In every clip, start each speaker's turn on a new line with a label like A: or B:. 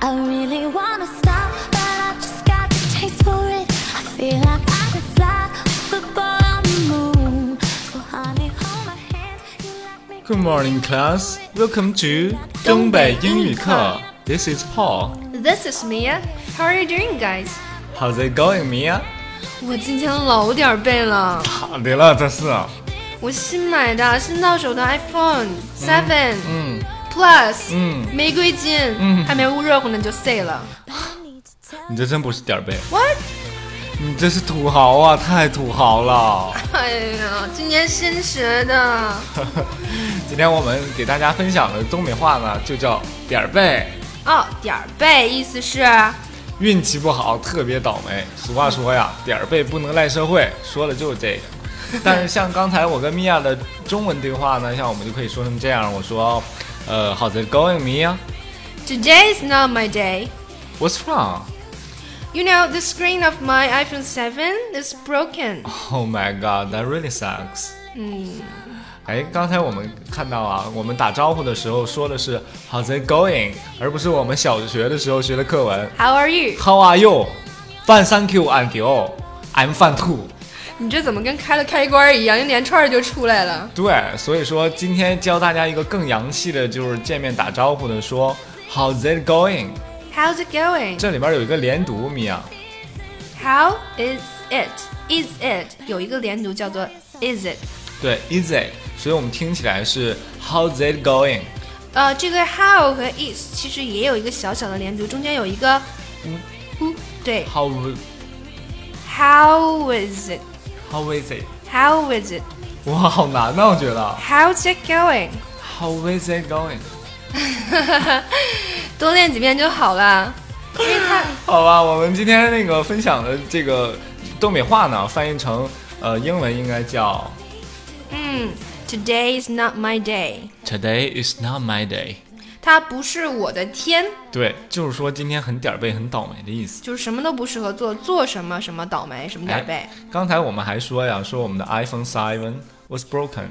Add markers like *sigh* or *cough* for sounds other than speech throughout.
A: I really wanna stop, but I just got the taste for it. I feel like I could fly with a ball on the moon. So honey, hold my hand. You like me.
B: Good morning, class. Welcome to 东北英语课。This is Paul.
C: This is Mia. How are you doing, guys?
B: How's it going, Mia？
C: 我今天老点背了，
B: 好的了，这是。啊
C: 我新买的新到手的 iPhone Seven
B: 嗯
C: Plus，
B: 嗯
C: 玫瑰金，还没捂热乎呢就碎了。
B: 你这真不是点儿背，
C: What？
B: 你这是土豪啊，太土豪了。
C: 哎呀，今年新学的，
B: *laughs* 今天我们给大家分享的东北话呢，就叫点儿背。
C: 哦，点儿背意思是
B: 运气不好，特别倒霉。俗话说呀，点儿背不能赖社会，说的就是 *laughs* 这个。但是像刚才我跟米娅的中文对话呢，像我们就可以说成这样，我说，呃，How's it going, Mia?
C: Today's not my day.
B: What's wrong?
C: You know, the screen of my iPhone 7 is broken.
B: Oh my god, that really sucks.
C: 嗯，
B: 哎，刚才我们看到啊，我们打招呼的时候说的是 How's it going，而不是我们小学的时候学的课文
C: How are you？
B: How are you? Fine, thank you, and you. I'm fine too.
C: 你这怎么跟开了开关一样，一连串儿就出来了？
B: 对，所以说今天教大家一个更洋气的，就是见面打招呼的说 How's it going？
C: How's it going?
B: 这里边有一个连读，米娅
C: How is it? Is it 有一个连读叫做 is it？
B: 对，is it？所以我们听起来是 How's it going？
C: 呃，这个 how 和 is 其实也有一个小小的连读，中间有一个
B: 嗯
C: 呜呜。对
B: How
C: ，How is it?
B: How is it？
C: How is it?
B: 哇，好难啊呐、我觉得。
C: How's it going? *laughs*
B: How is it going？
C: 多练几遍就好了。因为它
B: 好吧，我们今天那个分享的这个东北话呢，翻译成呃英文应该叫
C: 嗯，Today is not my day，
B: Today is not my day。
C: 它不是我的天，
B: 对，就是说今天很点儿背、很倒霉的意思。
C: 就是什么都不适合做，做什么什么倒霉，什么
B: 哎
C: 点儿背。
B: 刚才我们还说呀，说我们的 iPhone 7 was broken，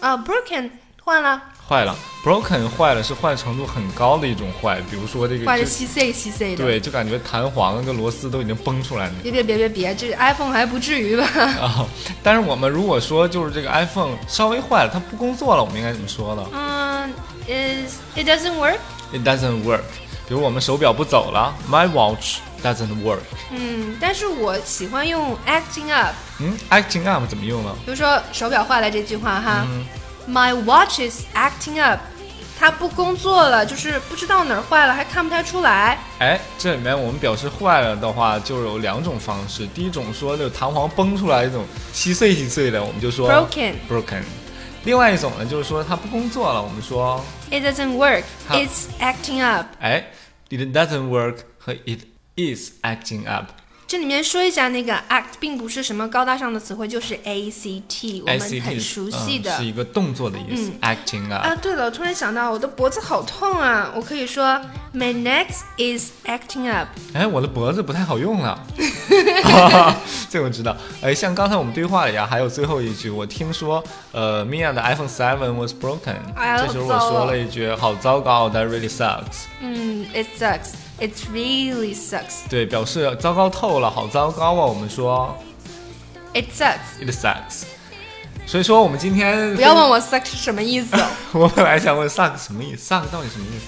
C: 啊、b r o k e n 换了，
B: 坏了，broken 坏了是坏程度很高的一种坏，比如说这个
C: 坏的
B: 就
C: 稀碎稀碎的。
B: 对，就感觉弹簧那个螺丝都已经崩出来了。
C: 别别别别别，这 iPhone 还不至于吧？
B: 啊、但是我们如果说就是这个 iPhone 稍微坏了，它不工作了，我们应该怎么说呢
C: *laughs* 嗯，is it doesn't work？
B: ？It doesn't work。比如我们手表不走了，My watch doesn't work。
C: 嗯，但是我喜欢用 acting up，
B: 嗯，acting up 怎么用呢？
C: 比如说手表坏了这句话哈、m
B: 嗯
C: y watch is acting up，它不工作了，就是不知道哪儿坏了，还看不太出来。
B: 哎，这里面我们表示坏了的话，就有两种方式。第一种说那个弹簧崩出来一种稀碎稀碎的，我们就说
C: Broken
B: broken。另外一种呢，就是说它不工作了，我们说
C: It doesn't work.
B: 好
C: It's acting up.
B: 哎，it doesn't work 和 it is acting up。
C: 这里面说一下，那个 act 并不是什么高大上的词汇，就是 act，我
B: I C E
C: 们
B: T 嗯
C: 很熟悉的。
B: 是一个动作的意思、a c t i n g up
C: 啊，。对了，我突然想到，我的脖子好痛啊！我可以说，My neck is acting up。
B: 哎，我的脖子不太好用
C: *laughs*
B: 了，这我知道。哎，像刚才我们对话里啊，还有最后一句，我听说，呃，Mia 的 iPhone 7 was broken，、
C: 哎呀
B: 这时候
C: 糟
B: 我
C: 了
B: 说了一句，好糟糕，That really sucks。
C: 嗯，It sucks. It really sucks.
B: 对，表示糟糕透了，好糟糕啊。我们说
C: It sucks.
B: it sucks。所以说我们今天
C: 不要问我 sucks 是什么意思。
B: *laughs* 我本来想问 suck 什么意思，suck 到底什么意思？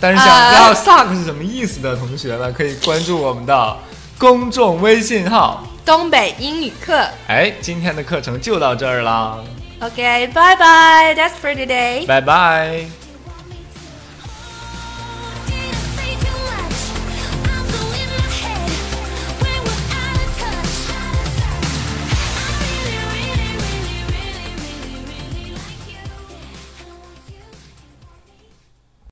B: 但是想
C: 啊
B: 知道 suck 是什么意思的同学呢，可以关注我们的公众微信号。
C: 东北英语课。
B: 哎，今天的课程就到这儿啦，
C: OK，bye bye. That's for today.
B: 拜拜。
A: Oh,